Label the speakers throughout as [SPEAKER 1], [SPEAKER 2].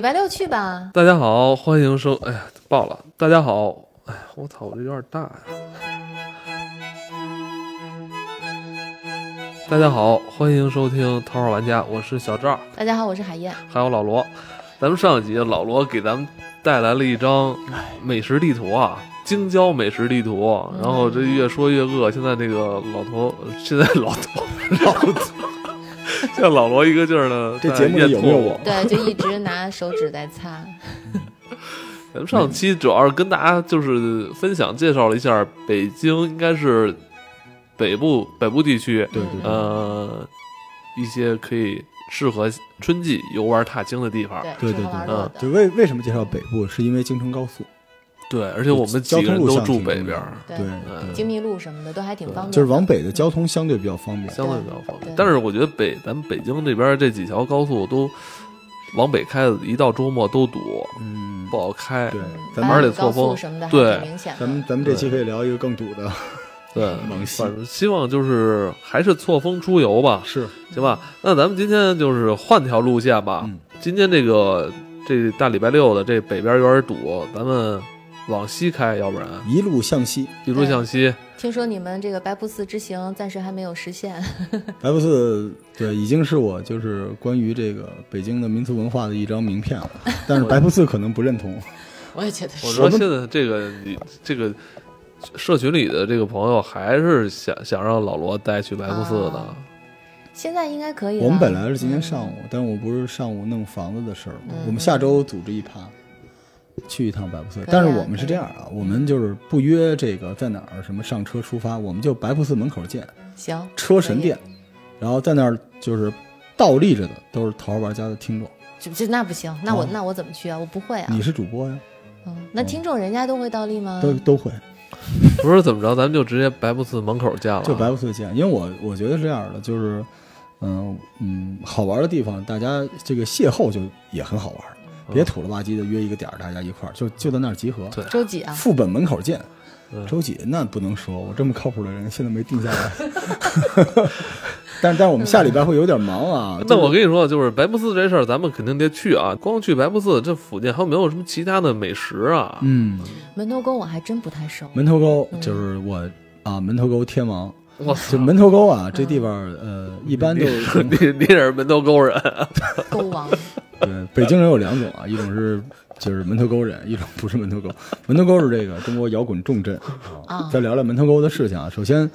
[SPEAKER 1] 礼拜六去吧。
[SPEAKER 2] 大家好，欢迎收，哎呀，爆了！大家好，哎呀，我操，我这有点大呀。大家好，欢迎收听《头号玩家》，我是小赵，
[SPEAKER 1] 大家好，我是海燕。
[SPEAKER 2] 还有老罗。咱们上一集老罗给咱们带来了一张美食地图啊，京郊美食地图。啊然后这越说越饿，现在这个老头，现在老头，老头，现在老罗一个劲儿的
[SPEAKER 3] 这节目里有没有我？
[SPEAKER 1] 对，就一直拿手指在擦。
[SPEAKER 2] 咱们上期主要是跟大家就是分享介绍了一下北京，应该是北部北部地区，
[SPEAKER 3] 对对
[SPEAKER 1] 嗯
[SPEAKER 3] 对
[SPEAKER 2] 呃，一些可以适合春季游玩踏青的地方。
[SPEAKER 3] 对嗯
[SPEAKER 1] 吃喝
[SPEAKER 3] 对
[SPEAKER 1] 玩
[SPEAKER 2] 对
[SPEAKER 1] 乐
[SPEAKER 3] 就
[SPEAKER 1] 的。
[SPEAKER 3] 为为什么介绍北部，是因为京承高速，
[SPEAKER 2] 对，而且我们
[SPEAKER 3] 交
[SPEAKER 2] 几个
[SPEAKER 3] 通
[SPEAKER 2] 人
[SPEAKER 3] 路
[SPEAKER 2] 都
[SPEAKER 3] 上
[SPEAKER 2] 住
[SPEAKER 3] 挺
[SPEAKER 2] 北边儿，
[SPEAKER 3] 对，
[SPEAKER 1] 对
[SPEAKER 2] 嗯
[SPEAKER 1] 精密路什么的都还挺方便的，嗯
[SPEAKER 3] 就是往北的交通相对比较方便。
[SPEAKER 2] 相对比较方便
[SPEAKER 1] 对。
[SPEAKER 2] 但是我觉得北咱们北京这边这几条高速都往北开的，一到周末都堵，
[SPEAKER 3] 嗯，
[SPEAKER 2] 不好开。
[SPEAKER 3] 对
[SPEAKER 1] 嗯，
[SPEAKER 3] 咱
[SPEAKER 1] 八
[SPEAKER 2] 玩
[SPEAKER 3] 们
[SPEAKER 2] 儿
[SPEAKER 1] 里
[SPEAKER 2] 得错峰
[SPEAKER 1] 高速什么的还
[SPEAKER 2] 对
[SPEAKER 1] 挺明显的。
[SPEAKER 3] 咱们咱们这期可以聊一个更堵的，
[SPEAKER 2] 对，
[SPEAKER 3] 猛西
[SPEAKER 2] 反正希望就是还是错峰出游吧。
[SPEAKER 3] 是
[SPEAKER 2] 行吧，那咱们今天就是换条路线吧。
[SPEAKER 3] 嗯
[SPEAKER 2] 今天这个这大礼拜六的这北边有点堵，咱们往西开，要不然
[SPEAKER 3] 一路向西，
[SPEAKER 2] 一路向西。
[SPEAKER 1] 听说你们这个白布寺之行暂时还没有实现，
[SPEAKER 3] 白布寺对，已经是我就是关于这个北京的民俗文化的一张名片了。但是白布寺可能不认同，
[SPEAKER 1] 我也觉得
[SPEAKER 2] 我
[SPEAKER 1] 是。
[SPEAKER 2] 说现在这个你这个社群里的这个朋友还是想想让老罗带去白布寺的，
[SPEAKER 1] 啊现在应该可以了。
[SPEAKER 3] 我们本来是今天上午，但我不是上午弄房子的事儿吗？
[SPEAKER 1] 嗯
[SPEAKER 3] 我们下周组织一趴，去一趟百步寺
[SPEAKER 1] 以啊。
[SPEAKER 3] 但是我们
[SPEAKER 1] 可
[SPEAKER 3] 是
[SPEAKER 1] 以
[SPEAKER 3] 这样啊，我们就是不约这个在哪儿什么上车出发，我们就白布寺门口见，
[SPEAKER 1] 行，
[SPEAKER 3] 车神殿，然后在那儿就是倒立着的都是桃花玩家的听众，
[SPEAKER 1] 这这那不行，那我
[SPEAKER 3] 哦
[SPEAKER 1] 那我怎么去啊？我不会啊
[SPEAKER 3] 你。是主播呀，
[SPEAKER 1] 嗯，那听众人家都会倒立吗？
[SPEAKER 3] 都都会
[SPEAKER 2] 不是怎么着，咱们就直接白布寺门口见了。啊
[SPEAKER 3] 就白布寺见，因为我我觉得是这样的，就是。嗯嗯，好玩的地方，大家这个邂逅就也很好玩，别土了吧唧的约一个点儿，大家一块儿就就在那儿集合。
[SPEAKER 2] 对
[SPEAKER 1] 周几啊？
[SPEAKER 3] 副本门口见
[SPEAKER 2] 嗯。
[SPEAKER 3] 周几？那不能说，我这么靠谱的人现在没定 下来。 但但是我们下礼拜会有点忙啊。
[SPEAKER 2] 嗯那我跟你说，就是白布寺这事儿，咱们肯定得去啊！光去白布寺这附近还有没有什么其他的美食啊？
[SPEAKER 3] 嗯，
[SPEAKER 1] 门头沟我还真不太 熟。
[SPEAKER 3] 门头沟就是我啊，门头沟天王，
[SPEAKER 2] 我操
[SPEAKER 3] 就，门头沟啊，这地方呃，一般都
[SPEAKER 2] 你你也是门头沟人，
[SPEAKER 1] 沟王，
[SPEAKER 3] 对北京人有两种啊，一种是就是门头沟人，一种不是门头沟。门头沟是这个中国摇滚重镇
[SPEAKER 1] 啊
[SPEAKER 3] 再聊聊门头沟的事情啊，首先。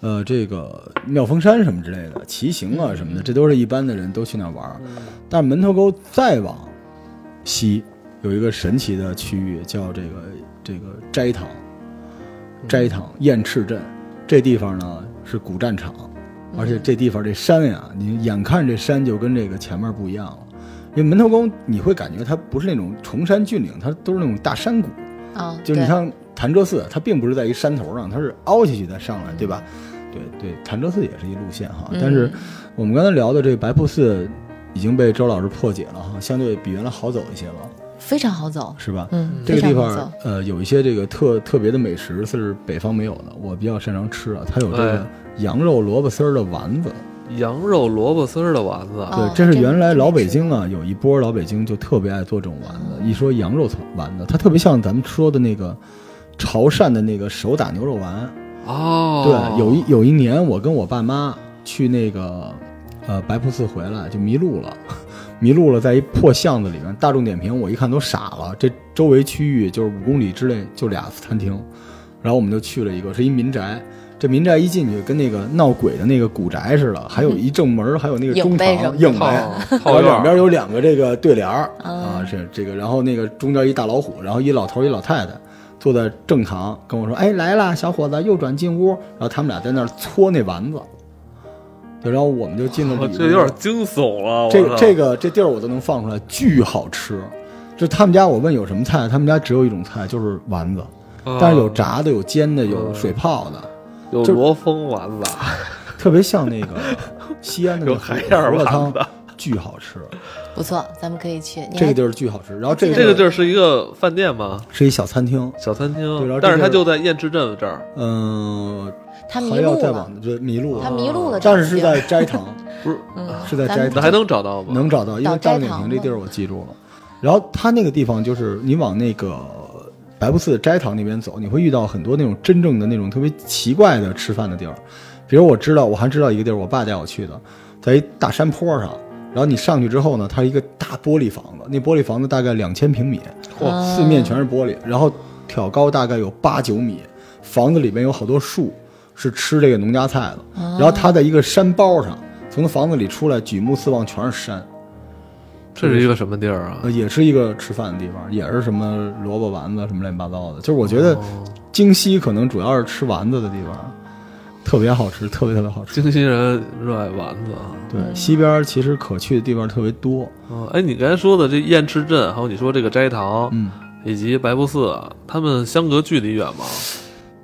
[SPEAKER 3] 呃，这个妙峰山什么之类的，骑行啊什么的，这都是一般的人都去那儿玩儿。但是门头沟再往西有一个神奇的区域，叫这个这个斋堂，斋堂燕赤镇，这地方呢是古战场，而且这地方这山呀，你眼看这山就跟这个前面不一样了。因为门头沟，你会感觉它不是那种崇山峻岭，它都是那种大山谷。
[SPEAKER 1] 啊，
[SPEAKER 3] 就是你
[SPEAKER 1] 对
[SPEAKER 3] 像潭柘寺，它并不是在一山头上，它是凹下去再上来，对吧？对对，潭柘寺也是一路线哈。
[SPEAKER 1] 嗯
[SPEAKER 3] 但是我们刚才聊的这白瀑寺已经被周老师破解了哈，相对比原来好走一些了，
[SPEAKER 1] 非常好走，
[SPEAKER 3] 是吧？
[SPEAKER 1] 嗯，
[SPEAKER 3] 这个地
[SPEAKER 1] 非常好
[SPEAKER 3] 方
[SPEAKER 1] 走
[SPEAKER 3] 呃有一些这个特特别的美食是北方没有的，我比较擅长吃啊，它有这个
[SPEAKER 2] 哎
[SPEAKER 3] 羊肉萝卜丝儿的丸子。
[SPEAKER 2] 羊肉萝卜丝儿的啊丸子，
[SPEAKER 1] 哦
[SPEAKER 3] 对，这是
[SPEAKER 1] 这
[SPEAKER 3] 原来
[SPEAKER 1] 这
[SPEAKER 3] 老
[SPEAKER 1] 没
[SPEAKER 3] 北
[SPEAKER 1] 吃
[SPEAKER 3] 京啊，有一波老北京就特别爱做这种丸子。一说羊肉丸子，它特别像咱们说的那个潮汕的那个手打牛肉丸。
[SPEAKER 2] 哦，
[SPEAKER 3] 对，有一有一年我跟我爸妈去那个呃白瀑寺回来就迷路了， 迷路了，在一破巷子里面，大众点评我一看都傻了，这周围区域就是五公里之内就俩餐厅，然后我们就去了一个是一民宅。这民宅一进去跟那个闹鬼的那个古宅似的，还有一正门，还有那个
[SPEAKER 1] 影
[SPEAKER 3] 中
[SPEAKER 1] 呗什么
[SPEAKER 3] 堂
[SPEAKER 1] 的
[SPEAKER 3] 影
[SPEAKER 2] 套
[SPEAKER 3] 呗，
[SPEAKER 2] 套院
[SPEAKER 3] 两边
[SPEAKER 2] 儿，
[SPEAKER 3] 有两个这个对联儿
[SPEAKER 1] 啊
[SPEAKER 3] 啊，是这个，然后那个中间一大老虎，然后一老头儿一老太太坐在正堂跟我说：“哎，来啦，小伙子，右转进屋。”然后他们俩在那儿搓那丸子，对，然后我们就进了
[SPEAKER 2] 我
[SPEAKER 3] 里
[SPEAKER 2] 哦这
[SPEAKER 3] 边。
[SPEAKER 2] 有点惊悚了。
[SPEAKER 3] 这
[SPEAKER 2] 我
[SPEAKER 3] 个
[SPEAKER 2] 操
[SPEAKER 3] 这个这地儿我都能放出来，巨好吃。就他们家，我问有什么菜，他们家只有一种菜，就是丸子，
[SPEAKER 2] 啊
[SPEAKER 3] 但是有炸的，有煎的，
[SPEAKER 2] 哦
[SPEAKER 3] 有水泡的，
[SPEAKER 2] 有
[SPEAKER 3] 就是
[SPEAKER 2] 罗峰啊丸子，
[SPEAKER 3] 特别像那个 西安的那
[SPEAKER 2] 有
[SPEAKER 3] 个
[SPEAKER 2] 海
[SPEAKER 3] 胡
[SPEAKER 2] 燕儿
[SPEAKER 3] 胡萝卜
[SPEAKER 2] 丸
[SPEAKER 3] 汤
[SPEAKER 2] 子，。
[SPEAKER 3] 巨好吃。
[SPEAKER 1] 不错，咱们可以去。你
[SPEAKER 3] 这
[SPEAKER 1] 还
[SPEAKER 3] 个地儿巨好吃。然后这个
[SPEAKER 2] 这个
[SPEAKER 3] 地
[SPEAKER 2] 地
[SPEAKER 3] 儿
[SPEAKER 2] 儿是一个饭店吗？
[SPEAKER 3] 是一小餐厅，
[SPEAKER 2] 小餐
[SPEAKER 3] 对然
[SPEAKER 2] 厅，
[SPEAKER 3] 后
[SPEAKER 2] 但是它
[SPEAKER 3] 这地
[SPEAKER 2] 就
[SPEAKER 3] 儿
[SPEAKER 2] 在燕赤镇这儿，
[SPEAKER 3] 嗯，
[SPEAKER 1] 他迷
[SPEAKER 3] 还要
[SPEAKER 1] 路
[SPEAKER 3] 再
[SPEAKER 1] 了，
[SPEAKER 3] 往这迷路
[SPEAKER 1] 他
[SPEAKER 3] 了，
[SPEAKER 1] 迷路了，
[SPEAKER 3] 但是是
[SPEAKER 1] 这个
[SPEAKER 3] 在斋堂，
[SPEAKER 2] 不是？
[SPEAKER 1] 嗯
[SPEAKER 3] 是在
[SPEAKER 1] 咱
[SPEAKER 3] 斋
[SPEAKER 1] 们
[SPEAKER 2] 那
[SPEAKER 3] 堂
[SPEAKER 2] 还能找到吗？
[SPEAKER 3] 能找到，因为
[SPEAKER 1] 到斋
[SPEAKER 3] 大众点
[SPEAKER 1] 堂
[SPEAKER 3] 评这
[SPEAKER 1] 了
[SPEAKER 3] 地儿我记住了。然后它那个地方就是你往那个白布寺的斋堂那边走，你会遇到很多那种真正的那种特别奇怪的吃饭的地儿。比如我知道，我还知道一个地儿，我爸带我去的，在一大山坡上。然后你上去之后呢，它是一个大玻璃房子，那玻璃房子大概两千平米，
[SPEAKER 1] 哦
[SPEAKER 3] 四面全是玻璃，然后挑高大概有八九米，房子里面有好多树是吃这个农家菜的。
[SPEAKER 1] 哦
[SPEAKER 3] 然后它在一个山包上，从房子里出来，举目四望全是山。
[SPEAKER 2] 这是一个什么地儿啊
[SPEAKER 3] 呃，？也是一个吃饭的地方，也是什么萝卜丸子什么乱七八糟的。就是我觉得
[SPEAKER 1] 哦
[SPEAKER 3] 京西可能主要是吃丸子的地方，特别好吃，特别特别好吃。
[SPEAKER 2] 京西人热爱丸子啊。
[SPEAKER 3] 对，
[SPEAKER 1] 嗯
[SPEAKER 3] 西边其实可去的地方特别多。
[SPEAKER 2] 嗯，哎，你刚才说的这燕赤镇，还有你说这个斋堂
[SPEAKER 3] 嗯，
[SPEAKER 2] 以及白布寺，啊他们相隔距离远吗？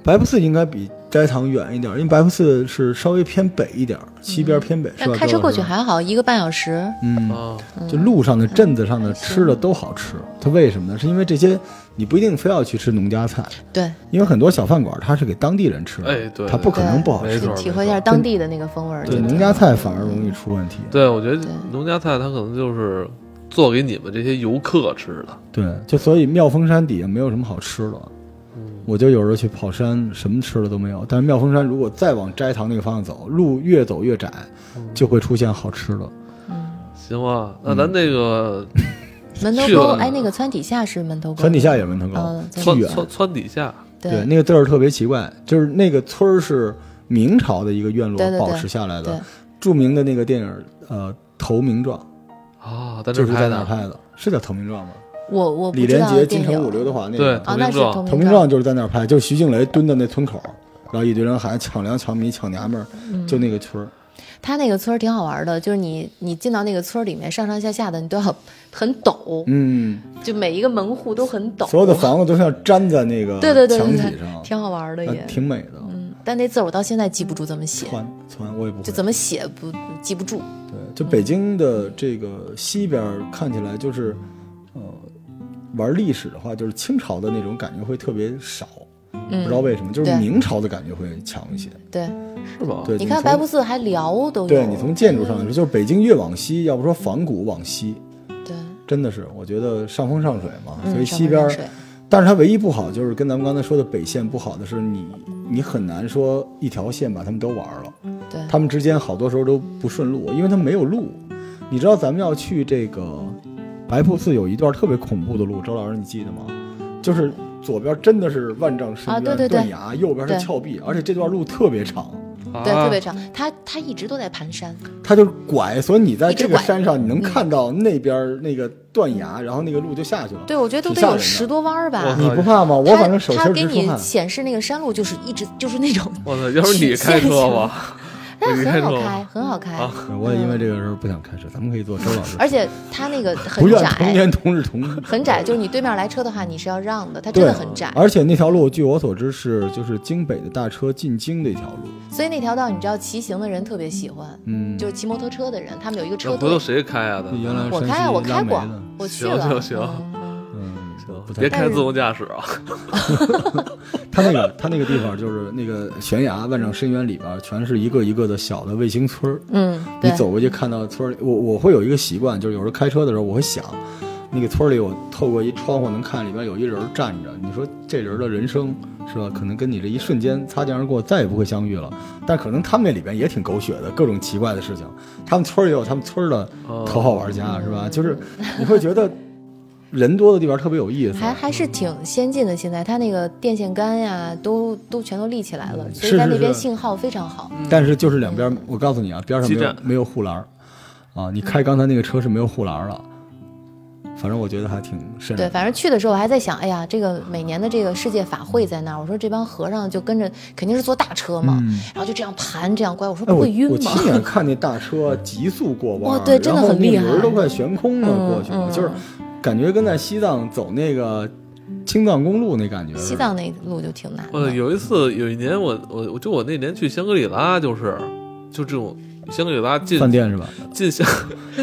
[SPEAKER 3] 白布寺应该比斋堂远一点，因为白布寺是稍微偏北一点，西边偏北。是
[SPEAKER 1] 但
[SPEAKER 3] 吧
[SPEAKER 1] 嗯开车过去
[SPEAKER 3] 周老师
[SPEAKER 1] 还嗯好，一个半小时。
[SPEAKER 3] 嗯，
[SPEAKER 2] 啊，
[SPEAKER 3] 就路上的、镇子上的吃的都好吃。它为什么呢？是因为这些你不一定非要去吃农家菜，
[SPEAKER 1] 对，
[SPEAKER 3] 因为很多小饭馆它是给当地人吃的，
[SPEAKER 2] 哎对
[SPEAKER 3] 它不可能不好
[SPEAKER 2] 没
[SPEAKER 3] 吃。
[SPEAKER 2] 错
[SPEAKER 1] 体会一下当地的那个风味儿。
[SPEAKER 3] 对，
[SPEAKER 1] 觉得
[SPEAKER 3] 农家菜反而容易出问题。
[SPEAKER 2] 对，我觉得
[SPEAKER 1] 对
[SPEAKER 2] 农家菜它可能就是做给你们这些游客吃的。
[SPEAKER 3] 对，就所以妙峰山底下没有什么好吃的。
[SPEAKER 1] 嗯
[SPEAKER 3] 我就有时候去跑山，什么吃的都没有。但是妙峰山如果再往斋堂那个方向走，路越走越窄，就会出现好吃的。
[SPEAKER 2] 行吧，
[SPEAKER 3] 嗯
[SPEAKER 2] 那咱这个
[SPEAKER 1] 嗯门头
[SPEAKER 2] 去
[SPEAKER 1] 沟，
[SPEAKER 2] 了
[SPEAKER 1] 哎，那个川底下是门头沟，
[SPEAKER 3] 川底下也门头沟
[SPEAKER 1] 嗯，在
[SPEAKER 3] 巨
[SPEAKER 2] 窜
[SPEAKER 3] 远。
[SPEAKER 2] 窜窜底下，
[SPEAKER 3] 对，
[SPEAKER 1] 对
[SPEAKER 3] 那个字儿特别奇怪，就是那个村儿是明朝的一个院
[SPEAKER 1] 对对
[SPEAKER 3] 落
[SPEAKER 1] 对
[SPEAKER 3] 保持下来
[SPEAKER 1] 对
[SPEAKER 3] 的，著名的那个电影呃《投名状
[SPEAKER 2] 啊，在》这
[SPEAKER 3] 就
[SPEAKER 2] 儿
[SPEAKER 3] 是在
[SPEAKER 2] 拍
[SPEAKER 3] 那儿
[SPEAKER 2] 的。
[SPEAKER 3] 拍的，是叫《投名状》吗？
[SPEAKER 1] 我我不
[SPEAKER 3] 李
[SPEAKER 1] 知
[SPEAKER 3] 连
[SPEAKER 1] 道
[SPEAKER 3] 杰、
[SPEAKER 1] 电
[SPEAKER 3] 金
[SPEAKER 1] 影
[SPEAKER 3] 城武、刘德华那个。
[SPEAKER 2] 对
[SPEAKER 1] 哦，那是
[SPEAKER 2] 投名状
[SPEAKER 1] 投
[SPEAKER 3] 投
[SPEAKER 1] 名
[SPEAKER 3] 名状就是在那儿拍，就是徐静蕾蹲在那村口，然后一堆人喊抢粮、抢米、抢娘们
[SPEAKER 1] 嗯
[SPEAKER 3] 儿，就那个村儿。
[SPEAKER 1] 他那个村儿挺好玩的，就是你你进到那个村儿里面，上上下下的你都要很陡，
[SPEAKER 3] 嗯，
[SPEAKER 1] 就每一个门户都很陡，
[SPEAKER 3] 所有的房子都像粘在那个
[SPEAKER 1] 对对对
[SPEAKER 3] 墙
[SPEAKER 1] 对
[SPEAKER 3] 体
[SPEAKER 1] 对，
[SPEAKER 3] 上，
[SPEAKER 1] 挺好玩的
[SPEAKER 3] 呃
[SPEAKER 1] 也。
[SPEAKER 3] 挺美的。
[SPEAKER 1] 嗯，但那字儿我到现在记不住怎么写，
[SPEAKER 3] 窜窜，我也不
[SPEAKER 1] 就
[SPEAKER 3] 会。
[SPEAKER 1] 怎么写不记不住。
[SPEAKER 3] 对，就北京的这个西边儿看起来就是，呃，玩历史的话，就是清朝的那种感觉会特别少，不知道
[SPEAKER 1] 嗯，
[SPEAKER 3] 为什么，就是
[SPEAKER 1] 对
[SPEAKER 3] 明朝的感觉会强一些。
[SPEAKER 1] 对，
[SPEAKER 2] 是吧？
[SPEAKER 3] 对，
[SPEAKER 1] 你看
[SPEAKER 3] 从
[SPEAKER 1] 白布寺还辽都有，
[SPEAKER 3] 对你从
[SPEAKER 1] 嗯
[SPEAKER 3] 建筑上来说，就是北京越往西，要不说仿古往西，
[SPEAKER 1] 对，
[SPEAKER 3] 真的是，我觉得上风上水嘛，
[SPEAKER 1] 嗯
[SPEAKER 3] 所以
[SPEAKER 1] 上
[SPEAKER 3] 西
[SPEAKER 1] 风
[SPEAKER 3] 边
[SPEAKER 1] 上
[SPEAKER 3] 儿，
[SPEAKER 1] 水
[SPEAKER 3] 但是它唯一不好就是跟咱们刚才说的北线不好的是你，你很难说一条线把他们都玩了，
[SPEAKER 1] 对，
[SPEAKER 3] 他们之间好多时候都不顺路，因为它没有路。你知道咱们要去这个白瀑寺有一段特别恐怖的路，周老师你记得吗？就是左边真的是万丈深
[SPEAKER 1] 啊
[SPEAKER 3] 渊、
[SPEAKER 1] 对对对
[SPEAKER 3] 断崖，右边是
[SPEAKER 1] 对
[SPEAKER 3] 峭壁，而且这段路特别长，
[SPEAKER 2] 啊
[SPEAKER 1] 对，特别长。他他一直都在盘山，
[SPEAKER 3] 它就是拐，所以你在
[SPEAKER 1] 一直
[SPEAKER 3] 这个
[SPEAKER 1] 拐嗯
[SPEAKER 3] 山上你能看到那边那个断崖，然后那个路就下去了。
[SPEAKER 1] 对我觉得都得
[SPEAKER 3] 挺吓人
[SPEAKER 1] 有
[SPEAKER 3] 的
[SPEAKER 1] 十多弯儿吧。
[SPEAKER 2] 我
[SPEAKER 3] 你不怕吗？我
[SPEAKER 1] 嗯他
[SPEAKER 3] 反正手心
[SPEAKER 1] 他
[SPEAKER 3] 儿
[SPEAKER 1] 给
[SPEAKER 3] 直出
[SPEAKER 1] 你
[SPEAKER 3] 汗。
[SPEAKER 1] 显示那个山路就是一直就是那 种，
[SPEAKER 2] 我操，要是你开车吧，
[SPEAKER 1] 但
[SPEAKER 2] 你
[SPEAKER 1] 是
[SPEAKER 2] 开
[SPEAKER 1] 很
[SPEAKER 2] 车
[SPEAKER 1] 好
[SPEAKER 2] 吧
[SPEAKER 1] 开，，很好开，
[SPEAKER 2] 啊
[SPEAKER 3] 我也因为这个时候不想开车，咱们可以坐周老师。
[SPEAKER 1] 而且他那 个很
[SPEAKER 3] 不愿同
[SPEAKER 1] 窄，
[SPEAKER 3] 年同日同日。
[SPEAKER 1] 很窄，就是你对面来车的话，你是要让的，它真
[SPEAKER 3] 对啊
[SPEAKER 1] 的很窄，。
[SPEAKER 3] 而且那条路，据我所知是就是京北的大车进京的一条路。
[SPEAKER 1] 所以那条道你知道，骑行的人特别喜欢，
[SPEAKER 3] 嗯，
[SPEAKER 1] 就是骑摩托车的人，他们有一个
[SPEAKER 2] 那
[SPEAKER 1] 车
[SPEAKER 2] 回头
[SPEAKER 1] 队。
[SPEAKER 2] 谁开啊？咱们
[SPEAKER 3] 原来
[SPEAKER 1] 我
[SPEAKER 3] 山
[SPEAKER 1] 开啊，
[SPEAKER 3] 西
[SPEAKER 1] 我开
[SPEAKER 3] 拉煤
[SPEAKER 1] 过
[SPEAKER 3] 的，
[SPEAKER 1] 我去
[SPEAKER 2] 行
[SPEAKER 1] 了。
[SPEAKER 2] 行行
[SPEAKER 1] 嗯嗯
[SPEAKER 3] 嗯，不
[SPEAKER 2] 啊
[SPEAKER 3] 太
[SPEAKER 2] 别开自动驾驶啊！
[SPEAKER 3] 他那个他那个地方就是那个悬崖万丈深渊里边，全是一个一个的小的卫星村儿。
[SPEAKER 1] 嗯，
[SPEAKER 3] 你
[SPEAKER 1] 对，
[SPEAKER 3] 走过去看到村儿里，我我会有一个习惯，就是有时候开车的时候，我会想，那个村儿里我透过一窗户能看里边有一人站着，你说这人的人生是吧？可能跟你这一瞬间擦肩而过，再也不会相遇了。但可能他们那里边也挺狗血的，各种奇怪的事情。他们村儿也有他们村儿的呃
[SPEAKER 2] 哦
[SPEAKER 3] 头号玩家是吧？
[SPEAKER 1] 嗯
[SPEAKER 3] 就是你会觉得人多的地方特别有意思。
[SPEAKER 1] 还还是挺先进的。现在它那个电线杆呀，都都全都立起来了，所
[SPEAKER 3] 是
[SPEAKER 1] 以在
[SPEAKER 3] 嗯是
[SPEAKER 1] 那边
[SPEAKER 3] 是
[SPEAKER 1] 信号非常好。
[SPEAKER 3] 但是就是两边儿，我告诉你啊，边儿上没
[SPEAKER 2] 基
[SPEAKER 3] 有
[SPEAKER 2] 站
[SPEAKER 3] 没有护栏儿，啊，你开刚才那个车是没有护栏儿了。反正我觉得还挺深。
[SPEAKER 1] 对，反正去的时候我还在想，哎呀，这个每年的这个世界法会在那儿，我说这帮和尚就跟着肯定是坐大车嘛，
[SPEAKER 3] 嗯
[SPEAKER 1] 然后就这样盘这样拐，我说
[SPEAKER 3] 哎，
[SPEAKER 1] 不
[SPEAKER 3] 我
[SPEAKER 1] 会晕
[SPEAKER 3] 我
[SPEAKER 1] 吗？
[SPEAKER 3] 亲眼看那大车急速过弯儿，
[SPEAKER 1] 哦对真的
[SPEAKER 3] 然后
[SPEAKER 1] 很厉
[SPEAKER 3] 那轮儿
[SPEAKER 1] 害
[SPEAKER 3] 都快悬空了，
[SPEAKER 1] 嗯
[SPEAKER 3] 过去了，
[SPEAKER 1] 嗯
[SPEAKER 3] 就是感觉跟在西藏走那个青藏公路那感觉似的。
[SPEAKER 1] 西藏那路就挺难
[SPEAKER 2] 我
[SPEAKER 3] 哎
[SPEAKER 1] 的，
[SPEAKER 2] 有一次，有一年我我我就我那年去香格里拉，就是就这种香格里拉进
[SPEAKER 3] 饭店是吧？
[SPEAKER 2] 进香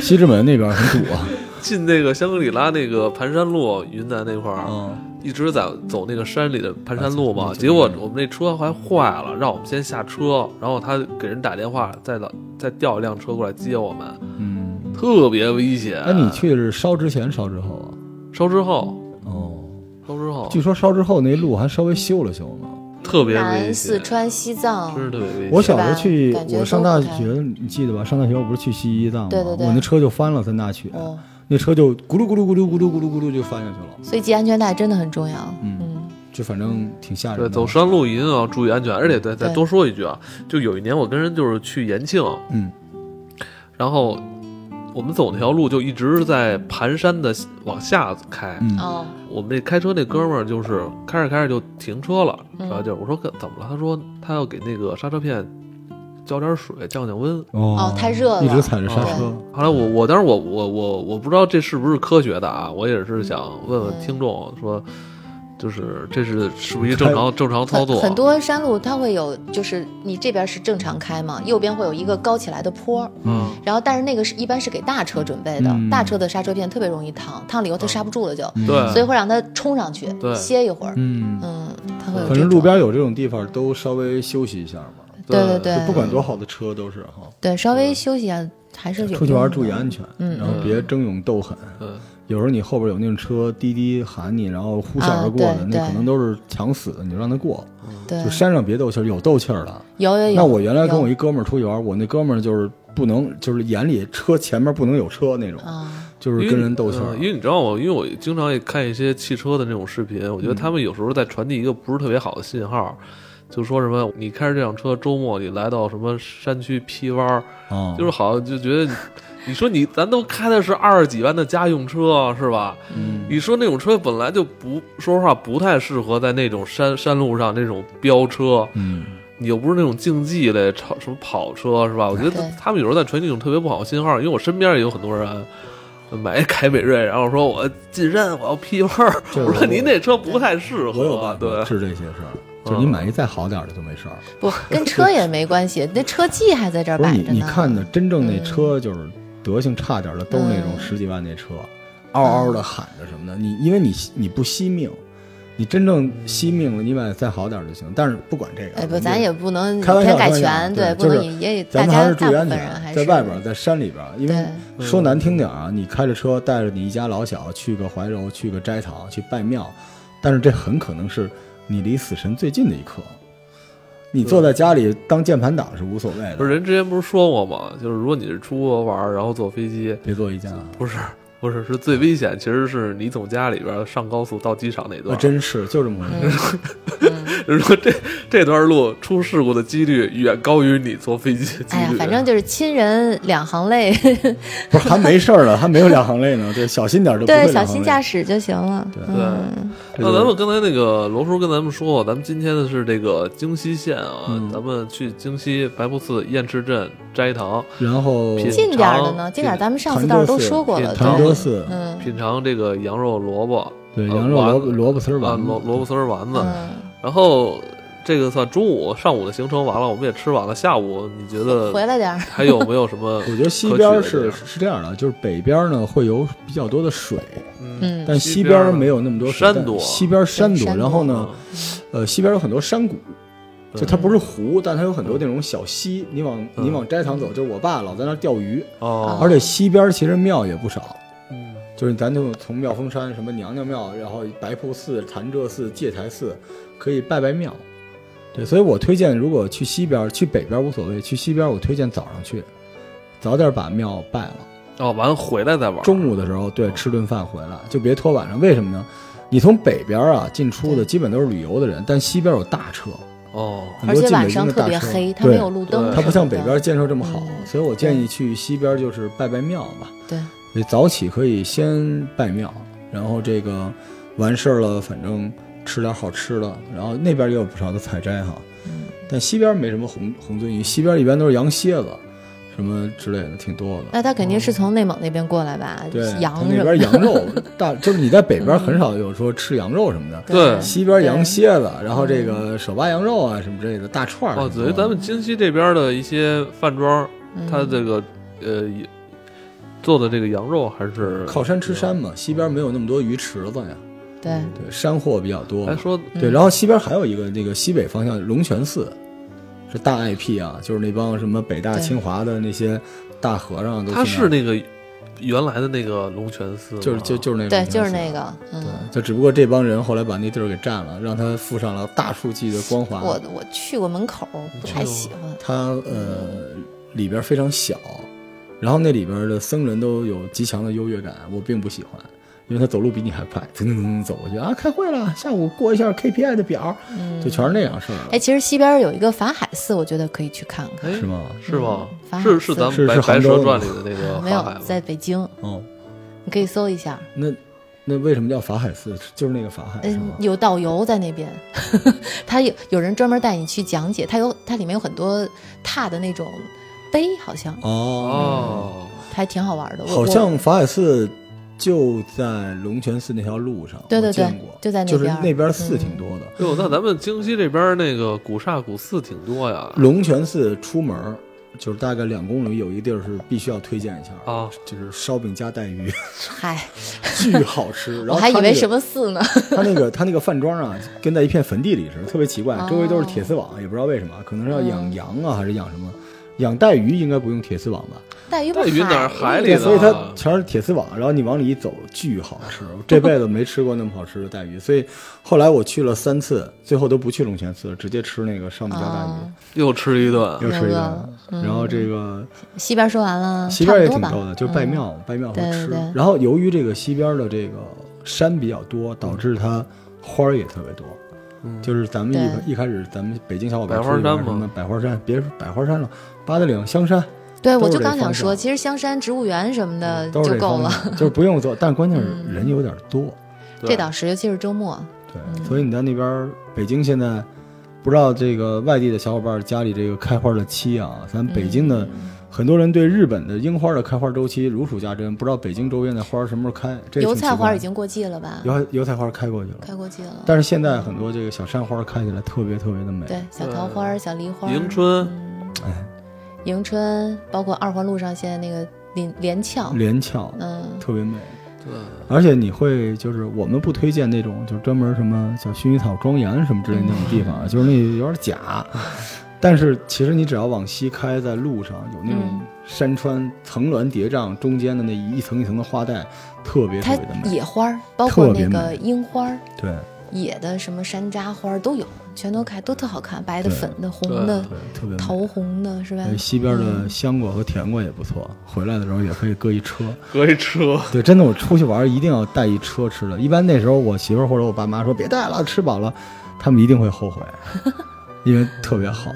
[SPEAKER 3] 西直门那边很堵 啊。
[SPEAKER 2] 进那个香格里拉那个盘山路，云南那块儿、
[SPEAKER 3] 嗯，
[SPEAKER 2] 一直在走那个山里的盘山路
[SPEAKER 3] 啊
[SPEAKER 2] 嘛。
[SPEAKER 3] 走
[SPEAKER 2] 结果我们那车还坏了，让我们先下车，然后他给人打电话，再老再调一辆车过来接我们，
[SPEAKER 3] 嗯，哎
[SPEAKER 2] 特别危险。
[SPEAKER 3] 那你去的是烧之前烧之后啊？
[SPEAKER 2] 烧之后，
[SPEAKER 3] 哦，
[SPEAKER 2] 烧之后
[SPEAKER 3] 据说烧之后那路还稍微修了修呢。
[SPEAKER 2] 特别危
[SPEAKER 1] 南、四
[SPEAKER 2] 险，
[SPEAKER 1] 川、西
[SPEAKER 2] 真是
[SPEAKER 1] 藏，
[SPEAKER 2] 特别危险。
[SPEAKER 3] 我小时候去
[SPEAKER 1] 感，觉都
[SPEAKER 3] 我上大
[SPEAKER 1] 不太
[SPEAKER 3] 学，你记得吧？上大学我不是去西藏吗？
[SPEAKER 1] 对对对
[SPEAKER 3] 我那车就翻了，在那去，
[SPEAKER 1] 哦，
[SPEAKER 3] 那车就咕噜咕噜咕噜咕噜咕噜咕噜就翻下去了，
[SPEAKER 1] 所以系安全带真的很重要。
[SPEAKER 3] 嗯
[SPEAKER 1] 嗯，
[SPEAKER 3] 就反正挺吓人
[SPEAKER 2] 对，
[SPEAKER 3] 的。
[SPEAKER 2] 走山路一定要注意安全。而且再再
[SPEAKER 1] 对
[SPEAKER 2] 多说一句啊，就有一年我跟人就是去延庆，
[SPEAKER 3] 嗯，
[SPEAKER 2] 然后我们走那条路就一直在盘山的往下开。
[SPEAKER 3] 嗯
[SPEAKER 1] 哦，
[SPEAKER 2] 我们那开车那哥们儿就是开着开着就停车了，
[SPEAKER 1] 嗯
[SPEAKER 2] 然后就我说可怎么了？他说他要给那个刹车片浇点水降降温。
[SPEAKER 3] 哦
[SPEAKER 1] 哦太热了哦
[SPEAKER 3] 一直踩着刹
[SPEAKER 1] 对
[SPEAKER 3] 车。
[SPEAKER 2] 后来我我当时我我我我不知道这是不是科学的啊，我也是想问问
[SPEAKER 1] 嗯
[SPEAKER 2] 听众说，就是这是是不是一正常正常操
[SPEAKER 1] 很
[SPEAKER 2] 作？啊
[SPEAKER 1] 很多山路它会有，就是你这边是正常开嘛，右边会有一个高起来的坡儿，
[SPEAKER 2] 嗯
[SPEAKER 1] 然后但是那个是一般是给大车准备的，
[SPEAKER 3] 嗯
[SPEAKER 1] 大车的刹车片特别容易烫，烫了以后它刹不住了就，
[SPEAKER 2] 对，
[SPEAKER 1] 所以会让它冲上去
[SPEAKER 2] 对
[SPEAKER 1] 歇一会儿。
[SPEAKER 3] 嗯，
[SPEAKER 1] 嗯，它会有
[SPEAKER 3] 反
[SPEAKER 1] 这
[SPEAKER 3] 正路
[SPEAKER 1] 种。
[SPEAKER 3] 边有这种地方都稍微休息一下吧，
[SPEAKER 1] 对对
[SPEAKER 2] 对
[SPEAKER 1] 对，
[SPEAKER 3] 不管多好的车都是哈。
[SPEAKER 1] 对稍微休息一下还是有
[SPEAKER 3] 出去
[SPEAKER 1] 用
[SPEAKER 3] 玩儿
[SPEAKER 1] 的
[SPEAKER 3] 注意安全，
[SPEAKER 1] 嗯
[SPEAKER 3] 然后别争勇斗狠。
[SPEAKER 2] 嗯
[SPEAKER 3] 有时候你后边有那种车滴滴喊你，然后呼啸而过的，
[SPEAKER 1] 啊对
[SPEAKER 3] 那可
[SPEAKER 1] 对
[SPEAKER 3] 能都是抢死的，你就让他过。
[SPEAKER 1] 对
[SPEAKER 3] 就，山上别斗气儿，有斗气儿的。
[SPEAKER 1] 有有有。
[SPEAKER 3] 那我原来跟我
[SPEAKER 1] 有
[SPEAKER 3] 一哥们儿出去玩，我那哥们儿就是不能，就是眼里车前面不能有车那种，
[SPEAKER 1] 啊，
[SPEAKER 3] 就是跟人斗气
[SPEAKER 2] 因为
[SPEAKER 3] 儿
[SPEAKER 2] 嗯因。为你知道吗？因为我经常也看一些汽车的那种视频，
[SPEAKER 3] 嗯
[SPEAKER 2] 我觉得他们有时候在传递一个不是特别好的信号，就说什么你开着这辆车周末你来到什么山区劈弯儿，
[SPEAKER 3] 啊，
[SPEAKER 2] 就是好像就觉得你。你说你，咱都开的是二十几万的家用车，是吧？
[SPEAKER 3] 嗯，
[SPEAKER 2] 你说那种车本来就不，说实话不太适合在那种山山路上那种飙车，
[SPEAKER 3] 嗯，
[SPEAKER 2] 你又不是那种竞技类超什么跑车是吧？我觉得
[SPEAKER 1] 对
[SPEAKER 2] 他们有时候在传递一种特别不好的信号，因为我身边也有很多人买凯美瑞，然后说我进山我要劈弯儿，
[SPEAKER 3] 这个
[SPEAKER 2] 我说您这车不太适
[SPEAKER 3] 我有
[SPEAKER 2] 合
[SPEAKER 3] 办，法
[SPEAKER 2] 对，
[SPEAKER 3] 治这些事儿。就是你买一再好点儿的就没事儿。
[SPEAKER 1] 不跟车也没关系，那车技还在这儿
[SPEAKER 3] 不是
[SPEAKER 1] 摆
[SPEAKER 3] 你
[SPEAKER 1] 着呢。
[SPEAKER 3] 你看的真正那车就是德行差点儿的，都是那种
[SPEAKER 1] 嗯
[SPEAKER 3] 十几万那车，嗷嗷的喊着什么的。你因为你你不惜命，你真正惜命了，你买再好点儿就行。但是不管这个，
[SPEAKER 1] 哎，不，
[SPEAKER 3] 我们
[SPEAKER 1] 咱也不能以
[SPEAKER 3] 开玩笑
[SPEAKER 1] 偏概
[SPEAKER 3] 开玩笑
[SPEAKER 1] 全，
[SPEAKER 3] 对
[SPEAKER 1] 对，不
[SPEAKER 3] 就是
[SPEAKER 1] 能以也大
[SPEAKER 3] 咱们还
[SPEAKER 1] 家
[SPEAKER 3] 是
[SPEAKER 1] 大
[SPEAKER 3] 注意安
[SPEAKER 1] 部分人还
[SPEAKER 3] 全，
[SPEAKER 1] 是
[SPEAKER 3] 啊在外边儿在山里边儿，因为
[SPEAKER 1] 对
[SPEAKER 3] 说难听点儿啊，你开着车带着你一家老小去个怀柔，去个斋堂，去拜庙，但是这很可能是你离死神最近的一刻。你坐在家里当键盘党是无所谓的，
[SPEAKER 2] 不是人之前不是说过吗？就是如果你是出国玩儿，然后坐飞机，
[SPEAKER 3] 别坐一家啊。
[SPEAKER 2] 不是不是是最危险，其实是你从家里边上高速到机场那
[SPEAKER 3] 啊，
[SPEAKER 2] 段，
[SPEAKER 3] 真是就这么回事。
[SPEAKER 1] 嗯
[SPEAKER 2] 就是说这这段路出事故的几率远高于你坐飞机的几
[SPEAKER 1] 哎呀
[SPEAKER 2] 率。，
[SPEAKER 1] 反正就是亲人两行泪，
[SPEAKER 3] 不是还没事儿呢，还没有两行泪呢。对，小心点儿就不会
[SPEAKER 1] 对，
[SPEAKER 3] 两
[SPEAKER 1] 小
[SPEAKER 3] 行
[SPEAKER 1] 心
[SPEAKER 3] 泪
[SPEAKER 1] 驾驶就行了。
[SPEAKER 3] 对
[SPEAKER 1] 嗯，
[SPEAKER 2] 那咱们刚才那个罗叔跟咱们说，咱们今天的是这个京西县啊，
[SPEAKER 3] 嗯
[SPEAKER 2] 咱们去京西白布寺燕赤镇斋堂
[SPEAKER 3] 然后
[SPEAKER 2] 品
[SPEAKER 1] 近点儿的呢，
[SPEAKER 2] 品
[SPEAKER 1] 近点儿，咱们上次
[SPEAKER 3] 潭
[SPEAKER 1] 倒是
[SPEAKER 3] 柘
[SPEAKER 1] 都
[SPEAKER 3] 寺
[SPEAKER 1] 说过了，
[SPEAKER 2] 品
[SPEAKER 3] 潭
[SPEAKER 2] 对
[SPEAKER 3] 柘
[SPEAKER 1] 对，
[SPEAKER 3] 寺，
[SPEAKER 1] 嗯
[SPEAKER 2] 品尝这个羊肉萝卜，
[SPEAKER 3] 对，
[SPEAKER 2] 呃
[SPEAKER 3] 羊肉萝卜
[SPEAKER 2] 丸子
[SPEAKER 3] 萝卜丝儿
[SPEAKER 2] 啊，
[SPEAKER 3] 丸子
[SPEAKER 2] 萝萝卜丝儿丸子。
[SPEAKER 1] 嗯，
[SPEAKER 2] 然后这个算中午上午的行程完了，我们也吃完了，下午你觉
[SPEAKER 1] 回
[SPEAKER 2] 得
[SPEAKER 1] 来点儿，
[SPEAKER 2] 还有没有什么可
[SPEAKER 3] 我
[SPEAKER 2] 取的
[SPEAKER 3] 觉
[SPEAKER 2] 地儿？
[SPEAKER 3] 得西边儿是是这样的，就是北边儿呢会有比较多的水，
[SPEAKER 2] 嗯，
[SPEAKER 1] 嗯
[SPEAKER 3] 但
[SPEAKER 2] 西
[SPEAKER 3] 西
[SPEAKER 2] 边
[SPEAKER 3] 边
[SPEAKER 2] 儿
[SPEAKER 3] 儿没有那么多水
[SPEAKER 2] 山
[SPEAKER 3] 但
[SPEAKER 2] 多
[SPEAKER 3] 西边儿山
[SPEAKER 1] 对山多
[SPEAKER 3] 然后呢
[SPEAKER 2] 嗯，
[SPEAKER 3] 呃，西边儿有很多山谷，
[SPEAKER 2] 对嗯
[SPEAKER 3] 就它不是湖，但它有很多那种小溪。你往你往斋堂走，就是我爸老在那儿钓鱼，
[SPEAKER 1] 啊
[SPEAKER 2] 哦，
[SPEAKER 3] 而且西边儿其实庙也不少。
[SPEAKER 2] 嗯
[SPEAKER 3] 就是咱就从妙峰山什么娘娘庙，然后白瀑寺、潭柘寺、戒台寺，可以拜拜庙。对，所以我推荐，如果去西边儿，去北边儿无所谓，去西边儿我推荐早上去，早点把庙拜了。
[SPEAKER 2] 哦，完了回来再玩儿。
[SPEAKER 3] 中午的时候，对，吃顿饭回
[SPEAKER 1] 嗯
[SPEAKER 3] 来就别拖晚上。为什么呢？你从北边儿啊进出的
[SPEAKER 1] 对
[SPEAKER 3] 基本都是旅游的人，但西边儿有大车，
[SPEAKER 2] 哦，
[SPEAKER 1] 嗯
[SPEAKER 3] 很
[SPEAKER 1] 而且
[SPEAKER 3] 多进北
[SPEAKER 1] 晚
[SPEAKER 3] 京
[SPEAKER 1] 上
[SPEAKER 3] 的
[SPEAKER 1] 特
[SPEAKER 3] 大
[SPEAKER 1] 别
[SPEAKER 3] 车，
[SPEAKER 1] 黑，它
[SPEAKER 3] 对
[SPEAKER 1] 没有路灯什么
[SPEAKER 2] 对
[SPEAKER 1] 的，
[SPEAKER 3] 它不像北边儿建设这么好，
[SPEAKER 1] 嗯
[SPEAKER 3] 所以我建议去西边儿就是拜拜庙吧。
[SPEAKER 1] 对，
[SPEAKER 3] 所以早起可以先拜庙，然后这个完事儿了，反正吃点好吃的，然后那边也有不少的采摘哈。
[SPEAKER 1] 嗯
[SPEAKER 3] 但西边没什么红红鳟鱼，西边一般都是羊蝎子，什么之类的，挺多的。
[SPEAKER 1] 那他肯定是从内蒙那边过来吧？
[SPEAKER 3] 对，它
[SPEAKER 1] 羊
[SPEAKER 3] 那
[SPEAKER 1] 什么
[SPEAKER 3] 边羊肉大，就是你在北边很少有说吃羊肉什么的，
[SPEAKER 2] 对
[SPEAKER 3] 西边羊蝎子，然后这个手扒羊肉啊什么之类的大串儿。
[SPEAKER 2] 哦，等于咱们京西这边的一些饭庄，它
[SPEAKER 1] 嗯
[SPEAKER 2] 这个呃也做的这个羊肉还是
[SPEAKER 3] 靠山吃山。嘛，西边没有那么多鱼池子呀，
[SPEAKER 1] 对，嗯
[SPEAKER 3] 对，山货比较多嘛。
[SPEAKER 2] 还哎说
[SPEAKER 3] 对，然后西边还有一个那个西北方向龙泉寺，是大 IP 啊，就是那帮什么北大、
[SPEAKER 1] 对
[SPEAKER 3] 清华的那些大和尚都去那
[SPEAKER 2] 它
[SPEAKER 3] 儿。
[SPEAKER 2] 是那个原来的那个龙泉寺吗，
[SPEAKER 3] 就是就就是那
[SPEAKER 1] 对，
[SPEAKER 3] 种
[SPEAKER 1] 就是
[SPEAKER 3] 东西
[SPEAKER 1] 那个，嗯
[SPEAKER 3] 对，，就只不过这帮人后来把那地儿给占了，让他附上了大数据的光环。
[SPEAKER 1] 我我去过门口，不太喜欢。
[SPEAKER 3] 它呃里边非常小，然后那里边的僧人都有极强的优越感，我并不喜欢，因为他走路比你还快，蹭蹭蹭蹭走过去啊，开会了，下午过一下 KPI 的表，就全是那样事儿
[SPEAKER 1] 嗯哎，
[SPEAKER 3] 了，
[SPEAKER 1] 其实西边有一个法海寺，我觉得可以去看看。
[SPEAKER 2] 哎
[SPEAKER 3] 是吗？
[SPEAKER 2] 是吗
[SPEAKER 1] 嗯？法海寺
[SPEAKER 2] 是是咱们
[SPEAKER 3] 是
[SPEAKER 2] 白
[SPEAKER 3] 是
[SPEAKER 2] 白
[SPEAKER 3] 杭
[SPEAKER 2] 蛇
[SPEAKER 3] 州
[SPEAKER 2] 传
[SPEAKER 3] 的
[SPEAKER 2] 里的那个
[SPEAKER 1] 没
[SPEAKER 2] 法海
[SPEAKER 1] 有
[SPEAKER 2] 吗，？
[SPEAKER 1] 在北京，
[SPEAKER 3] 哦，
[SPEAKER 1] 你可以搜一下。
[SPEAKER 3] 那那为什么叫法海寺？就是那个法海是
[SPEAKER 1] 嗯
[SPEAKER 3] 吗，？
[SPEAKER 1] 有导游在那边， 他有有人专门带你去讲解，它有它里面有很多踏的那种碑，好像
[SPEAKER 3] 哦，
[SPEAKER 2] 哦，
[SPEAKER 1] 还挺好玩的。我
[SPEAKER 3] 好像法海寺。就在龙泉寺那条路上，
[SPEAKER 1] 对对对
[SPEAKER 3] 我见过，
[SPEAKER 1] 就在那
[SPEAKER 3] 就是
[SPEAKER 1] 边儿嗯
[SPEAKER 3] 那边寺挺多的。
[SPEAKER 2] 哟，那咱们京西这边那个古刹古寺挺多呀。
[SPEAKER 3] 龙泉寺出门儿就是大概两公里有一个地儿是必须要推荐一下的
[SPEAKER 2] 啊，
[SPEAKER 3] 就是烧饼加 带鱼，
[SPEAKER 1] 嗨，
[SPEAKER 3] 巨好 吃。然
[SPEAKER 1] 我
[SPEAKER 3] 后
[SPEAKER 1] 还以
[SPEAKER 3] 它那
[SPEAKER 1] 为
[SPEAKER 3] 个
[SPEAKER 1] 什么寺 呢？
[SPEAKER 3] 他那个他那个饭庄啊，跟在一片坟地里似的，特别奇
[SPEAKER 1] 哦
[SPEAKER 3] 怪，周围都是铁丝网，也不知道为什么，可能是要
[SPEAKER 1] 嗯
[SPEAKER 3] 养羊啊，还是养什么。养带鱼应该不用铁丝网吧？
[SPEAKER 1] 带鱼不
[SPEAKER 2] 带鱼哪
[SPEAKER 1] 海
[SPEAKER 2] 儿海
[SPEAKER 1] 里
[SPEAKER 2] 里
[SPEAKER 3] 对，
[SPEAKER 2] 呢
[SPEAKER 3] 所以它全是铁丝网，然后你往里一走，巨好吃，我这辈子没吃过那么好吃的带鱼。所以后来我去了三次，最后都不去龙泉寺，直接吃那个烧饼加带
[SPEAKER 1] 啊
[SPEAKER 3] 鱼，
[SPEAKER 2] 又吃一顿，
[SPEAKER 3] 又吃一
[SPEAKER 1] 饿
[SPEAKER 3] 顿。然后这个
[SPEAKER 1] 西边说完了，嗯
[SPEAKER 3] 西
[SPEAKER 1] 差
[SPEAKER 3] 边
[SPEAKER 1] 不多
[SPEAKER 3] 也挺
[SPEAKER 1] 吧嗯
[SPEAKER 3] 逗的，就是拜庙，拜庙会
[SPEAKER 1] 对
[SPEAKER 3] 吃
[SPEAKER 1] 对。
[SPEAKER 3] 然后由于这个西边的这个山比较多，导致它花儿也特别多。
[SPEAKER 2] 嗯
[SPEAKER 3] 就是咱们
[SPEAKER 1] 对
[SPEAKER 3] 一一开始咱们北京小伙伴
[SPEAKER 2] 百花
[SPEAKER 3] 出去玩
[SPEAKER 2] 山
[SPEAKER 3] 什么
[SPEAKER 2] 嘛
[SPEAKER 3] 百花山，别说百花山了，八达岭香山
[SPEAKER 1] 对，
[SPEAKER 3] 都
[SPEAKER 1] 我
[SPEAKER 3] 是
[SPEAKER 1] 就
[SPEAKER 3] 这
[SPEAKER 1] 刚想
[SPEAKER 3] 方
[SPEAKER 1] 说，
[SPEAKER 3] 向
[SPEAKER 1] 其实香山植物园什么的
[SPEAKER 3] 嗯都是
[SPEAKER 1] 就
[SPEAKER 3] 这
[SPEAKER 1] 够
[SPEAKER 3] 方
[SPEAKER 1] 了。嗯
[SPEAKER 3] 向，就是 不用走。但关键是人有点多，
[SPEAKER 1] 这倒是，尤其是周末，嗯
[SPEAKER 3] 对，所以你在那边北京现在不知道这个外地的小伙伴家里这个开花的期啊，咱北京
[SPEAKER 1] 嗯
[SPEAKER 3] 的。很多人对日本的樱花的开花周期如数家珍，不知道北京周边的花什么时候开。这
[SPEAKER 1] 油
[SPEAKER 3] 挺奇
[SPEAKER 1] 菜花
[SPEAKER 3] 怪
[SPEAKER 1] 已经过季了吧？
[SPEAKER 3] 油菜油菜花开过去了，
[SPEAKER 1] 嗯开过季了。
[SPEAKER 3] 但是现在很多这个小山花看起来特别特别的美。
[SPEAKER 1] 对，小桃花
[SPEAKER 3] 呃
[SPEAKER 1] 儿、小梨花儿、
[SPEAKER 2] 迎春
[SPEAKER 3] 哎，
[SPEAKER 1] 迎春，包括二环路上现在那个连连翘，
[SPEAKER 3] 连翘
[SPEAKER 1] 嗯，
[SPEAKER 3] 特别美。
[SPEAKER 2] 对，
[SPEAKER 3] 而且你会就是我们不推荐那种就是专门什么叫薰衣草庄园什么之类的那种地方，
[SPEAKER 1] 嗯
[SPEAKER 3] 啊，就是那有点 假。但是其实你只要往西开，在路上有那种
[SPEAKER 1] 嗯
[SPEAKER 3] 山川层峦叠嶂，中间的那一层一层的花带，特别
[SPEAKER 1] 它
[SPEAKER 3] 特别的美。
[SPEAKER 1] 野花儿，包括
[SPEAKER 3] 特
[SPEAKER 1] 那
[SPEAKER 3] 别
[SPEAKER 1] 个
[SPEAKER 3] 美
[SPEAKER 1] 樱花儿、
[SPEAKER 3] 对
[SPEAKER 1] 野的什么山楂花儿都有，全都开，都特好看，白的、
[SPEAKER 3] 对
[SPEAKER 1] 粉的、红
[SPEAKER 2] 对
[SPEAKER 1] 的
[SPEAKER 3] 对、，特别美。
[SPEAKER 1] 桃红的，是吧？嗯
[SPEAKER 3] 哎西边的香瓜和甜瓜也不错，回来的时候也可以搁一车。
[SPEAKER 2] 隔一 车，
[SPEAKER 3] 对，真的，我出去玩儿一定要带一车吃的。一般那时候我媳妇儿或者我爸妈说别带了，吃饱了，他们一定会 后悔，因为特别好。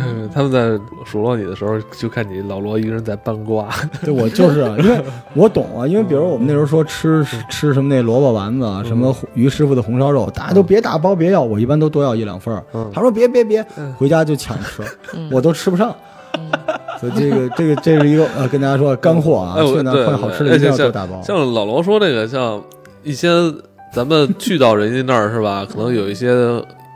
[SPEAKER 2] 嗯他们在数落你的时候，就看你老罗一个人在搬瓜，
[SPEAKER 3] 对我就是啊，因为我懂啊，因为比如我们那时候说吃
[SPEAKER 2] 哦
[SPEAKER 3] 吃什么那萝卜丸子啊，什么于师傅的红烧肉，大家
[SPEAKER 2] 嗯
[SPEAKER 3] 都别打包别要，我一般都多要一两份儿。他说别别别，
[SPEAKER 2] 嗯
[SPEAKER 3] 回家就抢吃，我都吃不上。所以这个这个这是一个呃，跟大家说干货啊，
[SPEAKER 2] 哎，我
[SPEAKER 3] 去哪儿
[SPEAKER 2] 对，
[SPEAKER 3] 碰见好吃
[SPEAKER 2] 对
[SPEAKER 3] 的一定
[SPEAKER 2] 而
[SPEAKER 3] 要
[SPEAKER 2] 且像
[SPEAKER 3] 多打包。
[SPEAKER 2] 像老罗说这个，像一些咱们去到人家那儿是吧？可能有一些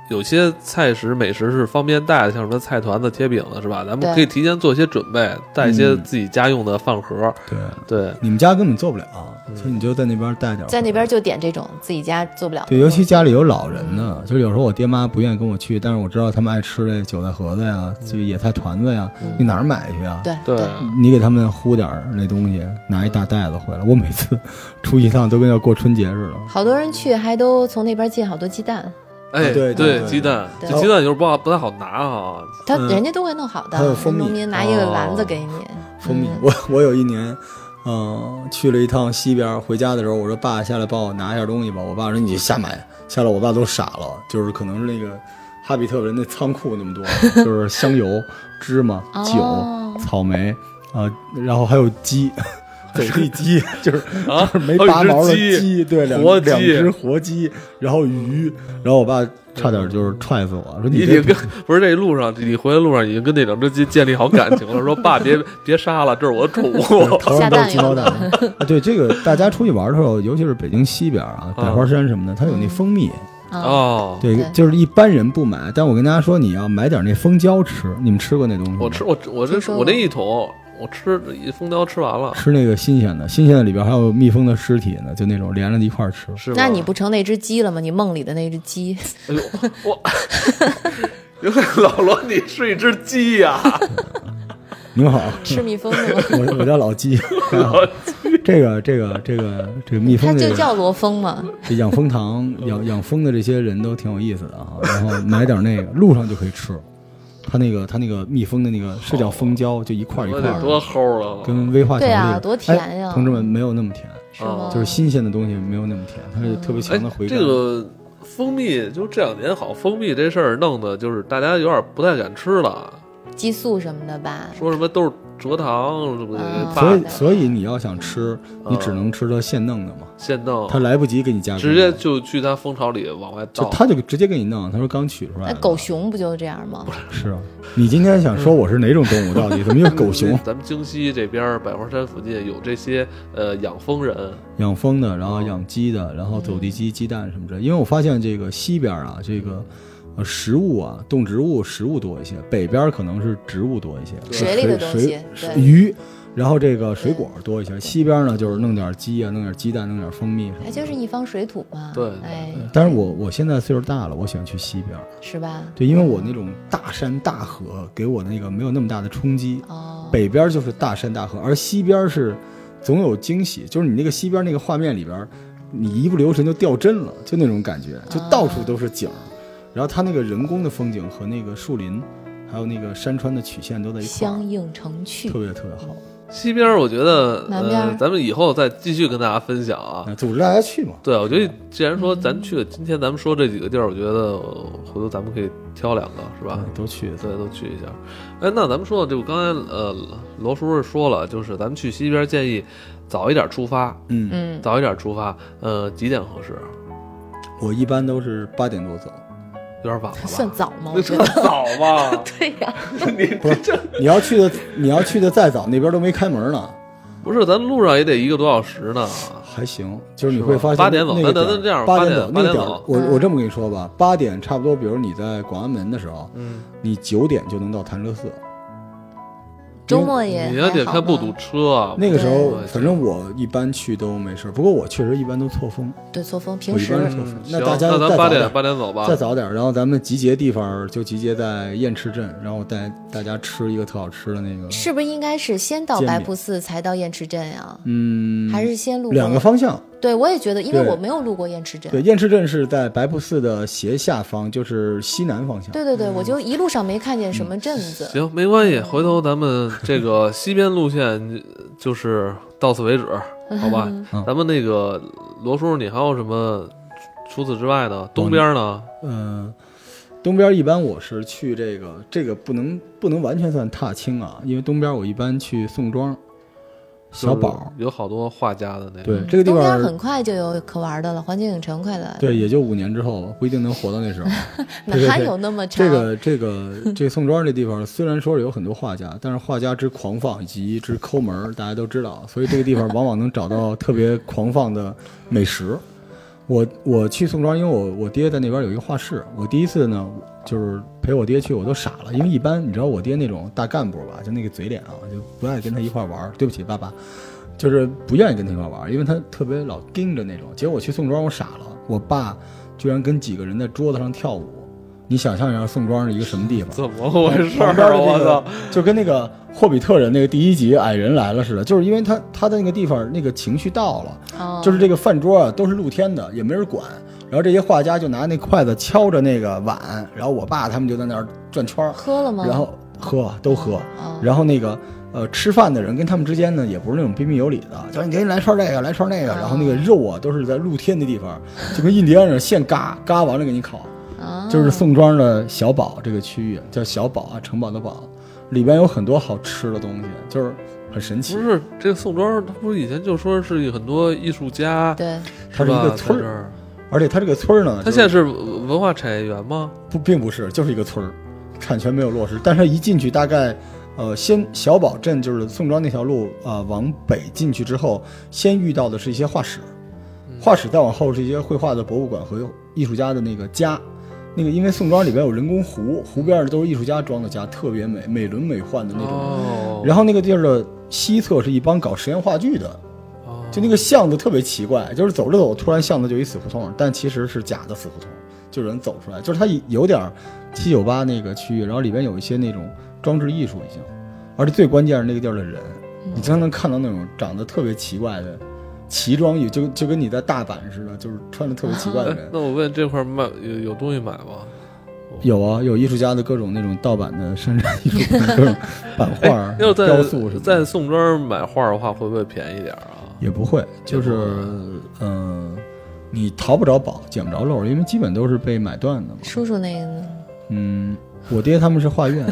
[SPEAKER 2] 有些菜食美食是方便带的，像什么菜团子、贴饼子是吧？咱
[SPEAKER 1] 对
[SPEAKER 2] 们可以提前做一些准备，带一些
[SPEAKER 3] 嗯
[SPEAKER 2] 自己家用的饭盒。
[SPEAKER 3] 对，
[SPEAKER 2] 对，
[SPEAKER 3] 你们家根本做不了，啊所以你就在那边带点儿回来。
[SPEAKER 1] 在那边就点这种自己家做不了的东西。
[SPEAKER 3] 对，尤其家里有老人呢，就是有时候我爹妈不愿意跟我去，但是我知道他们爱吃这韭菜盒子呀，这个野菜团子呀，你哪儿买去啊？
[SPEAKER 1] 对
[SPEAKER 2] 对，
[SPEAKER 3] 你给他们呼点儿那东西，拿一大袋子回来。我每次 出一趟都跟要过春节似的。
[SPEAKER 1] 好多人去还都从那边进好多鸡蛋，
[SPEAKER 2] 哎，
[SPEAKER 3] 啊对对对
[SPEAKER 2] 鸡蛋，
[SPEAKER 1] 对
[SPEAKER 2] 这鸡蛋就是不好不太好拿 啊。
[SPEAKER 1] 他
[SPEAKER 3] 嗯
[SPEAKER 1] 人家都会弄好的
[SPEAKER 3] 还有，蜂蜜
[SPEAKER 1] 农民拿一个篮子
[SPEAKER 2] 哦
[SPEAKER 1] 给你，
[SPEAKER 3] 蜂蜜
[SPEAKER 1] 嗯，
[SPEAKER 3] 我我有一年，嗯、去了一趟西边，回家的时候我说爸下来帮我拿一下东西吧，我爸说你瞎买，下来我爸都傻了，就是可能是那个哈比特人那仓库那 么多，就是香油、芝麻、
[SPEAKER 1] 哦
[SPEAKER 3] 酒、草莓啊、然后还有鸡。走地鸡就是
[SPEAKER 2] 啊
[SPEAKER 3] 就是没
[SPEAKER 2] 还有一
[SPEAKER 3] 拔
[SPEAKER 2] 只
[SPEAKER 3] 毛的
[SPEAKER 2] 鸡
[SPEAKER 3] 对，两
[SPEAKER 2] 活
[SPEAKER 3] 两
[SPEAKER 2] 鸡
[SPEAKER 3] 只活鸡，然后鱼，然后我爸差点就是踹死我，说
[SPEAKER 2] 你得
[SPEAKER 3] 这
[SPEAKER 2] 跟不是这路上，你回来路上已经跟那两只鸡建立好感情了，说爸别别杀了，这是我的 宠物。
[SPEAKER 3] 头上
[SPEAKER 1] 下
[SPEAKER 3] 都
[SPEAKER 1] 蛋
[SPEAKER 3] 是鸡 毛蛋。啊对这个，大家出去玩的时候，尤其是北京西边啊，百花山什么的，它有那蜂蜜。
[SPEAKER 1] 啊，
[SPEAKER 2] 哦，
[SPEAKER 3] 嗯对
[SPEAKER 1] 对，
[SPEAKER 3] 就是一般人不买，但我跟大家说，你要买点那蜂胶吃。你们吃过那东西吗？
[SPEAKER 2] 我吃我我
[SPEAKER 1] 听
[SPEAKER 2] 这
[SPEAKER 1] 说
[SPEAKER 2] 我那
[SPEAKER 1] 过
[SPEAKER 2] 一桶，我吃一蜂胶吃完了，
[SPEAKER 3] 吃那个新鲜的，新鲜的里边还有蜜蜂的尸体呢，就那种连着一块儿吃。
[SPEAKER 2] 是吗
[SPEAKER 1] 那你不成那只鸡了吗？你梦里的那只 鸡，
[SPEAKER 2] 哎呦我，因为 老罗你是一只 鸡呀、
[SPEAKER 3] 您好，
[SPEAKER 1] 吃蜜蜂的吗？
[SPEAKER 3] 我我叫老鸡，大家好
[SPEAKER 2] 老
[SPEAKER 3] 这个这个这个这个蜜
[SPEAKER 1] 它
[SPEAKER 3] 蜂这
[SPEAKER 1] 就
[SPEAKER 3] 个
[SPEAKER 1] 叫罗峰嘛。
[SPEAKER 3] 这养 蜂堂养养蜂的这些人都挺有意思的哈，然后买点那个路上就可以吃，它那个它那个蜜蜂的那个是叫蜂胶，就一块儿一
[SPEAKER 2] 我
[SPEAKER 3] 块儿
[SPEAKER 2] 得
[SPEAKER 3] 的，
[SPEAKER 2] 多齁啊！
[SPEAKER 3] 跟威化巧克力
[SPEAKER 1] 对啊多甜呀嗯
[SPEAKER 3] 哎同志们没有那么甜，
[SPEAKER 1] 是
[SPEAKER 2] 哦
[SPEAKER 1] 吗？
[SPEAKER 3] 就是新鲜的东西没有那么甜，它是特别强的
[SPEAKER 2] 哎
[SPEAKER 3] 回，甘。
[SPEAKER 2] 这个蜂蜜就这两年好，蜂蜜这事儿弄的就是大家有点不太敢吃了，
[SPEAKER 1] 激素什么的吧。
[SPEAKER 2] 说什么都是蔗糖什么
[SPEAKER 1] 嗯
[SPEAKER 2] 的，
[SPEAKER 3] 所
[SPEAKER 2] 把
[SPEAKER 3] 以所以你要想吃，你只能吃它现弄的嘛，
[SPEAKER 2] 现弄，
[SPEAKER 3] 它来不及给你加工，
[SPEAKER 2] 嗯直接就去他蜂巢里往外
[SPEAKER 3] 就
[SPEAKER 2] 倒。
[SPEAKER 3] 它就直接给你弄，他说刚取出来
[SPEAKER 1] 那
[SPEAKER 3] 的。
[SPEAKER 1] 狗熊不就这样吗？
[SPEAKER 3] 是啊，你今天想说我是哪种 动物到底？怎么又是狗熊
[SPEAKER 2] 咱们京西这边儿百花山附近有这些呃养蜂人，
[SPEAKER 3] 养蜂的，然后养鸡
[SPEAKER 1] 嗯
[SPEAKER 3] 的，然后走地鸡、鸡蛋什么之类。因为我发现这个西边啊，这个呃食物啊，动植物、食物多一些；北边可能是植物多一些，
[SPEAKER 2] 对
[SPEAKER 1] 水里的东西
[SPEAKER 3] 水水
[SPEAKER 1] 对
[SPEAKER 3] 鱼，然后这个水果多一些。西边呢，就是弄点鸡啊，弄点鸡蛋，弄点蜂蜜什么
[SPEAKER 1] 哎，
[SPEAKER 3] 的。
[SPEAKER 1] 就是一方水土嘛。
[SPEAKER 2] 对对
[SPEAKER 1] 哎，
[SPEAKER 3] 但是我我现在岁数大了，我喜欢去西边，
[SPEAKER 1] 是吧？
[SPEAKER 3] 对，因为我那种大山大河给我那个没有那么大的冲击。
[SPEAKER 1] 哦，
[SPEAKER 3] 北边就是大山大河，而西边是总有惊喜，就是你那个西边那个画面里边，你一不留神就掉帧了，就那种感觉，就到处都是景儿。然后它那个人工的风景和那个树林，还有那个山川的曲线都在一块
[SPEAKER 1] 相
[SPEAKER 3] 儿，
[SPEAKER 1] 应成趣
[SPEAKER 3] 特。别特别好。
[SPEAKER 2] 西边儿我觉得
[SPEAKER 1] 南边
[SPEAKER 2] 呃
[SPEAKER 1] 儿，
[SPEAKER 2] 咱们以后再继续跟大家分享啊。
[SPEAKER 3] 那组织大家去嘛，
[SPEAKER 2] 对，我觉得既然
[SPEAKER 3] 嗯
[SPEAKER 2] 说咱去了，今天咱们说这几个地儿，我觉得呃回头咱们可以挑两个，是吧？
[SPEAKER 3] 嗯都去。
[SPEAKER 2] 对，都去一下。哎，那咱们说到这个，刚才呃，罗叔叔说了，就是咱们去西边建议早一点出发，
[SPEAKER 3] 嗯，
[SPEAKER 1] 嗯，
[SPEAKER 2] 早一点出发，呃，几点合适？
[SPEAKER 3] 我一般都是八点多 走。
[SPEAKER 2] 有点晚了吧？
[SPEAKER 1] 算早吗？
[SPEAKER 2] 那
[SPEAKER 1] 我觉
[SPEAKER 2] 算
[SPEAKER 1] 得。
[SPEAKER 2] 早吧？
[SPEAKER 1] 对呀，
[SPEAKER 3] 不是，你要去的，你要去的再早，那边都没开门呢，
[SPEAKER 2] 不是，咱路上也得一个多小时呢。
[SPEAKER 3] 还行。就是你
[SPEAKER 2] 是吧
[SPEAKER 3] 会发现
[SPEAKER 2] 八点走
[SPEAKER 3] 那个
[SPEAKER 2] 那那
[SPEAKER 3] 点儿
[SPEAKER 2] 那这样
[SPEAKER 3] 八
[SPEAKER 2] 八
[SPEAKER 3] 点
[SPEAKER 2] 点
[SPEAKER 3] 走那个
[SPEAKER 2] 八点
[SPEAKER 3] 点儿
[SPEAKER 2] 走
[SPEAKER 3] 我
[SPEAKER 1] 嗯
[SPEAKER 3] 我这么跟你说吧，八点差不多，比如你在广安门的时候，
[SPEAKER 2] 嗯，哦
[SPEAKER 3] 你九点就能到潭柘寺。
[SPEAKER 1] 周末也
[SPEAKER 2] 你要
[SPEAKER 1] 还
[SPEAKER 2] 得
[SPEAKER 1] 好
[SPEAKER 2] 看不
[SPEAKER 1] 吗
[SPEAKER 2] 堵车啊。
[SPEAKER 3] 那个时候
[SPEAKER 2] 对，
[SPEAKER 3] 反正我一般去都没事儿，不过我确实一般都错峰，
[SPEAKER 1] 对，错峰
[SPEAKER 3] 我
[SPEAKER 1] 平
[SPEAKER 3] 一
[SPEAKER 1] 时
[SPEAKER 3] 般是错峰
[SPEAKER 2] 嗯。
[SPEAKER 3] 那
[SPEAKER 2] 行
[SPEAKER 3] 大家
[SPEAKER 2] 那
[SPEAKER 3] 再
[SPEAKER 2] 咱
[SPEAKER 3] 早
[SPEAKER 2] 八
[SPEAKER 3] 点
[SPEAKER 2] 点
[SPEAKER 3] 儿，
[SPEAKER 2] 八点走吧
[SPEAKER 3] 再。早点儿，然后咱们集结地方儿就集结在雁翅镇，然后带大家吃一个特好吃的那个，
[SPEAKER 1] 是不是应该是先到
[SPEAKER 3] 煎饼
[SPEAKER 1] 白瀑寺才到雁池镇呀？
[SPEAKER 3] 嗯，
[SPEAKER 1] 还是先路过
[SPEAKER 3] 两个方向。
[SPEAKER 1] 对，我也觉得，因为
[SPEAKER 3] 对
[SPEAKER 1] 我没有路过雁池镇。
[SPEAKER 3] 对，雁翅镇是在白瀑寺的斜下方，就是西南方向。
[SPEAKER 1] 对对对，我就一路上没看见什
[SPEAKER 3] 嗯
[SPEAKER 1] 么镇子。
[SPEAKER 2] 行，没关系，回头咱们这个西边路线就是到此为止，好吧？
[SPEAKER 3] 嗯
[SPEAKER 2] 咱们那个罗叔，你还有什么除此之外呢？东边呢？
[SPEAKER 3] 嗯，东边一般我是去这个，这个不能不能完全算踏青啊，因为东边我一般去宋庄、小宝，
[SPEAKER 2] 有好多画家的那个。
[SPEAKER 3] 对这个地
[SPEAKER 1] 东
[SPEAKER 3] 方
[SPEAKER 1] 边
[SPEAKER 3] 儿
[SPEAKER 1] 很快就有可玩的了，环球影城快来了，
[SPEAKER 3] 对，也就五年之后不一定能活到那时候。
[SPEAKER 1] 哪
[SPEAKER 3] 对对对
[SPEAKER 1] 有那么长？
[SPEAKER 3] 这个这个这宋庄这地方虽然说是有很多画家，但是画家之狂放以及之抠门儿，大家都知道，所以这个地方往往能找到特别狂放的美食。我我去宋庄，因为我我爹在那边有一个画室，我第一次呢就是陪我爹去，我都傻了，因为一般你知道我爹那种大干部吧，就那个嘴脸啊，就不爱跟他一块玩儿。对不起，爸爸，就是不愿意跟他一块玩儿，因为他特别老盯着那种。结果我去宋庄，我傻了，我爸居然跟几个人在桌子上跳舞。你想象一下，宋庄是一个什 么地 方？
[SPEAKER 2] 怎么回事
[SPEAKER 3] 旁边
[SPEAKER 2] 儿啊？
[SPEAKER 3] 的
[SPEAKER 2] 我
[SPEAKER 3] 这个
[SPEAKER 2] 操！
[SPEAKER 3] 就跟那个霍比特人那个第一集矮人来了似的，就是因为他他的那个地方那个情绪到了，
[SPEAKER 1] 哦
[SPEAKER 3] 就是这个饭桌啊都是露天的，也没人管。然后这些画家就拿那筷子敲着那个碗，然后我爸他们就在那儿转圈儿，
[SPEAKER 1] 喝了吗？
[SPEAKER 3] 然后喝都喝，
[SPEAKER 1] 哦
[SPEAKER 3] 然后那个呃吃饭的人跟他们之间呢也不是那种彬彬有礼的，就是你给你来串这个，来串那个，
[SPEAKER 1] 哦
[SPEAKER 3] 然后那个肉啊都是在露天的地方，就跟印第安人现嘎嘎完了给你烤。
[SPEAKER 1] 啊
[SPEAKER 3] 就是宋庄的小堡这个区域，叫小堡啊，城堡的堡，里边有很多好吃的东西，就是很神奇
[SPEAKER 2] 不。是这个宋庄，他不是以前就说是很多艺术家，
[SPEAKER 1] 对，
[SPEAKER 3] 它是一
[SPEAKER 2] 吧？
[SPEAKER 3] 个村
[SPEAKER 2] 在这
[SPEAKER 3] 儿，啊
[SPEAKER 2] 儿，
[SPEAKER 3] 而且它这个村儿呢，
[SPEAKER 2] 它现在是文化产业园吗？
[SPEAKER 3] 不并不是，就是一个村儿，产权没有落实。但是，一进去大概，呃，先小堡镇就是宋庄那条路，呃，往北进去之后，先遇到的是一些画室，画室再往后是一些绘画的博物馆和艺术家的那个家。那个，因为宋庄里边有人工湖，湖边儿都是艺术家装的家，特别美，美轮美奂的那种。
[SPEAKER 2] 哦，
[SPEAKER 3] 然后那个地儿的西侧是一帮搞实验话剧的，
[SPEAKER 2] 哦
[SPEAKER 3] 就那个巷子特别奇怪，就是走着走，突然巷子就一死胡同，但其实是假的死胡同，就有人走出来，就是它有点儿七九八那个区域，然后里边有一些那种装置艺术已经，而且最关键是那个地儿的人，
[SPEAKER 2] 嗯
[SPEAKER 3] 你经常能看到那种长得特别奇怪的奇装异，就就跟你在大阪似的，就是穿的特别奇怪的
[SPEAKER 2] 哎
[SPEAKER 3] 人。
[SPEAKER 2] 那我问这块儿卖有有东西买吗？
[SPEAKER 3] 有啊，有艺术家的各种那种盗版的山寨艺术品，各种版画 儿、
[SPEAKER 2] 要在
[SPEAKER 3] 雕塑什么的，
[SPEAKER 2] 在宋庄买画儿的话，会不会便宜点儿啊？
[SPEAKER 3] 也不会，就是嗯、呃你淘不着宝，捡不着漏儿，因为基本都是被买断的嘛。
[SPEAKER 1] 叔叔那个呢？
[SPEAKER 3] 嗯，我爹他们是画 院，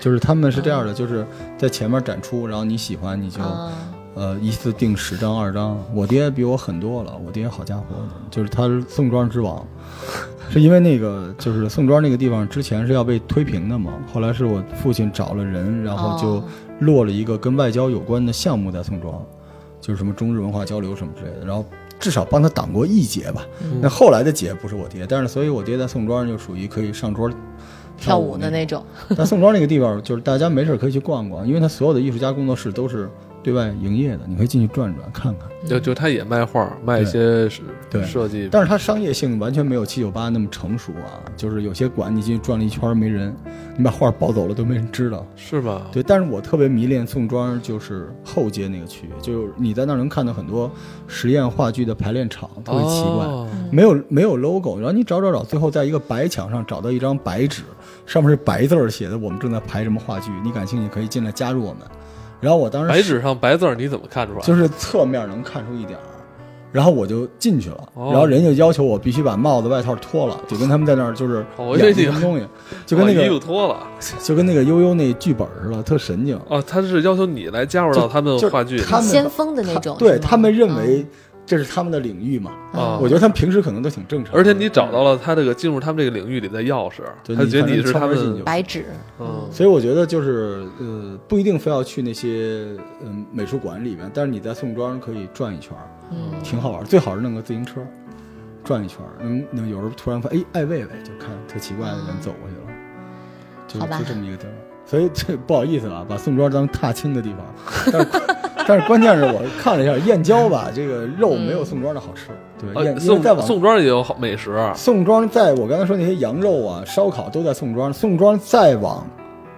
[SPEAKER 3] 就是他们是这样的，就是在前面展出，然后你喜欢你就、
[SPEAKER 1] 啊，
[SPEAKER 3] 呃一次订十张二张。我爹比我狠多了，我爹好家伙，就是他是宋庄之王， 是因为那个就是宋庄那个地方之前是要被推平的嘛，后来是我父亲找了人，然后就
[SPEAKER 1] 哦
[SPEAKER 3] 落了一个跟外交有关的项目在宋庄，就是什么中日文化交流什么之类的，然后。至少帮他挡过一劫吧。
[SPEAKER 1] 嗯
[SPEAKER 3] 那后来的劫不是我爹，但是所以我爹在宋庄就属于可以上桌
[SPEAKER 1] 跳舞的
[SPEAKER 3] 那
[SPEAKER 1] 那种，
[SPEAKER 3] 但宋庄那个地方，就是大家没事儿可以去逛逛，因为它所有的艺术家工作室都是对外营业的，你可以进去转转看看。
[SPEAKER 2] 就就他也卖画儿，卖一些是
[SPEAKER 3] 对
[SPEAKER 2] 设计，
[SPEAKER 3] 但是它商业性完全没有七九八那么成熟啊，就是有些馆你进去转了一圈儿没人，你把画儿抱走了都没人知道。
[SPEAKER 2] 是吧？
[SPEAKER 3] 对，但是我特别迷恋宋庄，就是后街那个区域，就是你在那儿能看到很多实验话剧的排练场，特别奇怪。
[SPEAKER 2] 哦
[SPEAKER 3] 没有没有 logo，然后你找找找，最后在一个白墙上找到一张白纸，上面是白字儿写的，我们正在排什么话剧，你感兴趣可以进来加入我们。然后我当时
[SPEAKER 2] 白纸上白字儿你怎么看出来？
[SPEAKER 3] 就是侧面能看出一点儿，然后我就进去了，
[SPEAKER 2] 哦
[SPEAKER 3] 然后人家要求我必须把帽子外套脱了，就跟他们在那儿就是
[SPEAKER 2] 哦我以为
[SPEAKER 3] 演
[SPEAKER 2] 你
[SPEAKER 3] 什么东西，就跟那
[SPEAKER 2] 把衣服
[SPEAKER 3] 个
[SPEAKER 2] 哦脱了
[SPEAKER 3] 就跟那个悠悠那剧本似的，特神经。
[SPEAKER 2] 哦，他是要求你来加入到他们
[SPEAKER 3] 就
[SPEAKER 2] 话剧里
[SPEAKER 3] 他们
[SPEAKER 1] 先锋的那种，是
[SPEAKER 3] 对
[SPEAKER 1] 吗嗯
[SPEAKER 3] 他们认为这是他们的领域嘛，
[SPEAKER 2] 啊，
[SPEAKER 3] 我觉得他们平时可能都挺正常的，
[SPEAKER 2] 而且你找到了他这个进入他们这个领域里的钥匙，
[SPEAKER 3] 对
[SPEAKER 2] 他
[SPEAKER 3] 你
[SPEAKER 2] 觉得
[SPEAKER 3] 反
[SPEAKER 2] 你
[SPEAKER 3] 正
[SPEAKER 2] 是他
[SPEAKER 3] 敲门进
[SPEAKER 2] 们
[SPEAKER 3] 去，
[SPEAKER 1] 白纸，
[SPEAKER 2] 嗯，
[SPEAKER 3] 所以我觉得就是呃，不一定非要去那些嗯、呃美术馆里面，但是你在宋庄可以转一圈儿，
[SPEAKER 1] 嗯，
[SPEAKER 3] 挺好玩儿。最好是弄个自行车，转一圈儿，能能有时候突然发哎爱喂喂，就看特奇怪的人走过去了，就
[SPEAKER 1] 好吧
[SPEAKER 3] 就这么一个地儿。所以 这不好意思啊，把宋庄当踏青的地方， 但是但是关键是我看了一下燕郊吧，这个肉没有宋庄的好吃。对，燕
[SPEAKER 2] 呃，
[SPEAKER 3] 因为再
[SPEAKER 2] 宋
[SPEAKER 3] 往
[SPEAKER 2] 宋庄也有好美食，啊
[SPEAKER 3] 宋庄在我刚才说那些羊肉啊、烧烤都在宋庄，宋庄再往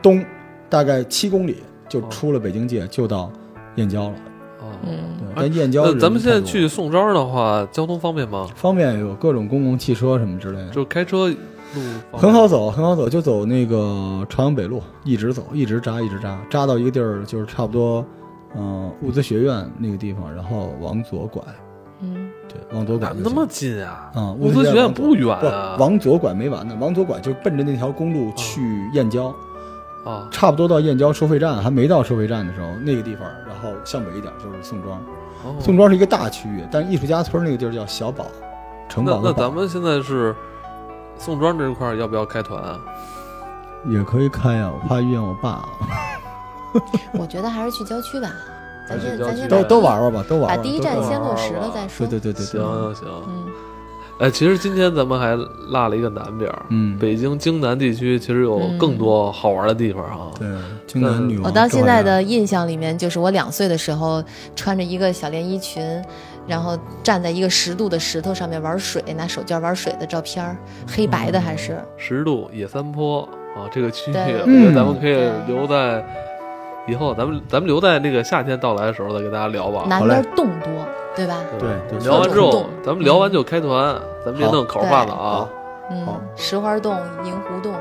[SPEAKER 3] 东大概七公里就出了北京界，就到燕郊了。
[SPEAKER 2] 哦
[SPEAKER 1] 嗯
[SPEAKER 3] 对
[SPEAKER 2] 哎，
[SPEAKER 3] 但燕郊
[SPEAKER 2] 那
[SPEAKER 3] 人
[SPEAKER 2] 咱们现在
[SPEAKER 3] 太多了
[SPEAKER 2] 去宋庄的话，交通方便吗？
[SPEAKER 3] 方便有各种公共汽车什么之类的，
[SPEAKER 2] 就开车路方便
[SPEAKER 3] 很好走，很好走，就走那个朝阳北路，一直走，一直扎，一直扎，扎到一个地儿就是差不多，嗯、物资学院那个地方，然后往左拐，
[SPEAKER 1] 嗯，
[SPEAKER 3] 对，往左拐
[SPEAKER 2] 哪
[SPEAKER 3] 就行。
[SPEAKER 2] 那么近啊？
[SPEAKER 3] 啊，
[SPEAKER 2] 物资学院
[SPEAKER 3] 往左
[SPEAKER 2] 不远
[SPEAKER 3] 不
[SPEAKER 2] 啊，
[SPEAKER 3] 往左拐没完呢，往左拐就奔着那条公路去燕郊。
[SPEAKER 2] 啊，
[SPEAKER 3] 差不多到燕郊收费站，还没到收费站的时候，那个地方，然后向北一点就是宋庄。
[SPEAKER 2] 哦
[SPEAKER 3] 宋庄是一个大区域，但是艺术家村那个地儿叫小堡，城
[SPEAKER 2] 那
[SPEAKER 3] 堡
[SPEAKER 2] 那
[SPEAKER 3] 的
[SPEAKER 2] 咱
[SPEAKER 3] 堡
[SPEAKER 2] 们现在是宋庄这块儿要不要开团啊？
[SPEAKER 3] 也可以开呀、我怕遇见我爸。
[SPEAKER 1] 我觉得还是去郊区吧，咱先咱先
[SPEAKER 2] 对
[SPEAKER 3] 都
[SPEAKER 1] 把
[SPEAKER 3] 都玩玩吧，都
[SPEAKER 1] 把
[SPEAKER 3] 玩玩。
[SPEAKER 1] 啊第一站
[SPEAKER 3] 都
[SPEAKER 1] 先
[SPEAKER 3] 玩玩
[SPEAKER 1] 落实了再说，
[SPEAKER 3] 对对对对对，
[SPEAKER 2] 行行，
[SPEAKER 1] 嗯，
[SPEAKER 2] 哎，其实今天咱们还落了一个南边儿，
[SPEAKER 3] 嗯，
[SPEAKER 2] 北京京南地区其实有
[SPEAKER 1] 嗯
[SPEAKER 2] 更多好玩的地方啊。
[SPEAKER 3] 对，京南女王。
[SPEAKER 1] 我到现在
[SPEAKER 3] 赵
[SPEAKER 1] 的印象里面，就是我两岁的时候，穿着一个小连衣裙，然后站在一个十度的石头上面玩水，拿手绢玩水的照片儿，黑白的还是
[SPEAKER 2] 十渡、野三坡啊，这个区域，
[SPEAKER 1] 对
[SPEAKER 2] 我觉得
[SPEAKER 3] 嗯
[SPEAKER 2] 咱们可以
[SPEAKER 1] 对
[SPEAKER 2] 留在以后，咱们咱们留在那个夏天到来的时候再给大家聊吧。嗯
[SPEAKER 1] 南
[SPEAKER 3] 嗯好嘞
[SPEAKER 1] 边洞多，对吧？
[SPEAKER 3] 对对
[SPEAKER 2] 聊完之
[SPEAKER 1] 各
[SPEAKER 2] 后
[SPEAKER 1] 种，
[SPEAKER 2] 咱们聊完就开团，咱们别
[SPEAKER 3] 好
[SPEAKER 2] 弄口饭了啊。
[SPEAKER 1] 嗯
[SPEAKER 3] 好，
[SPEAKER 1] 石花洞、银湖洞，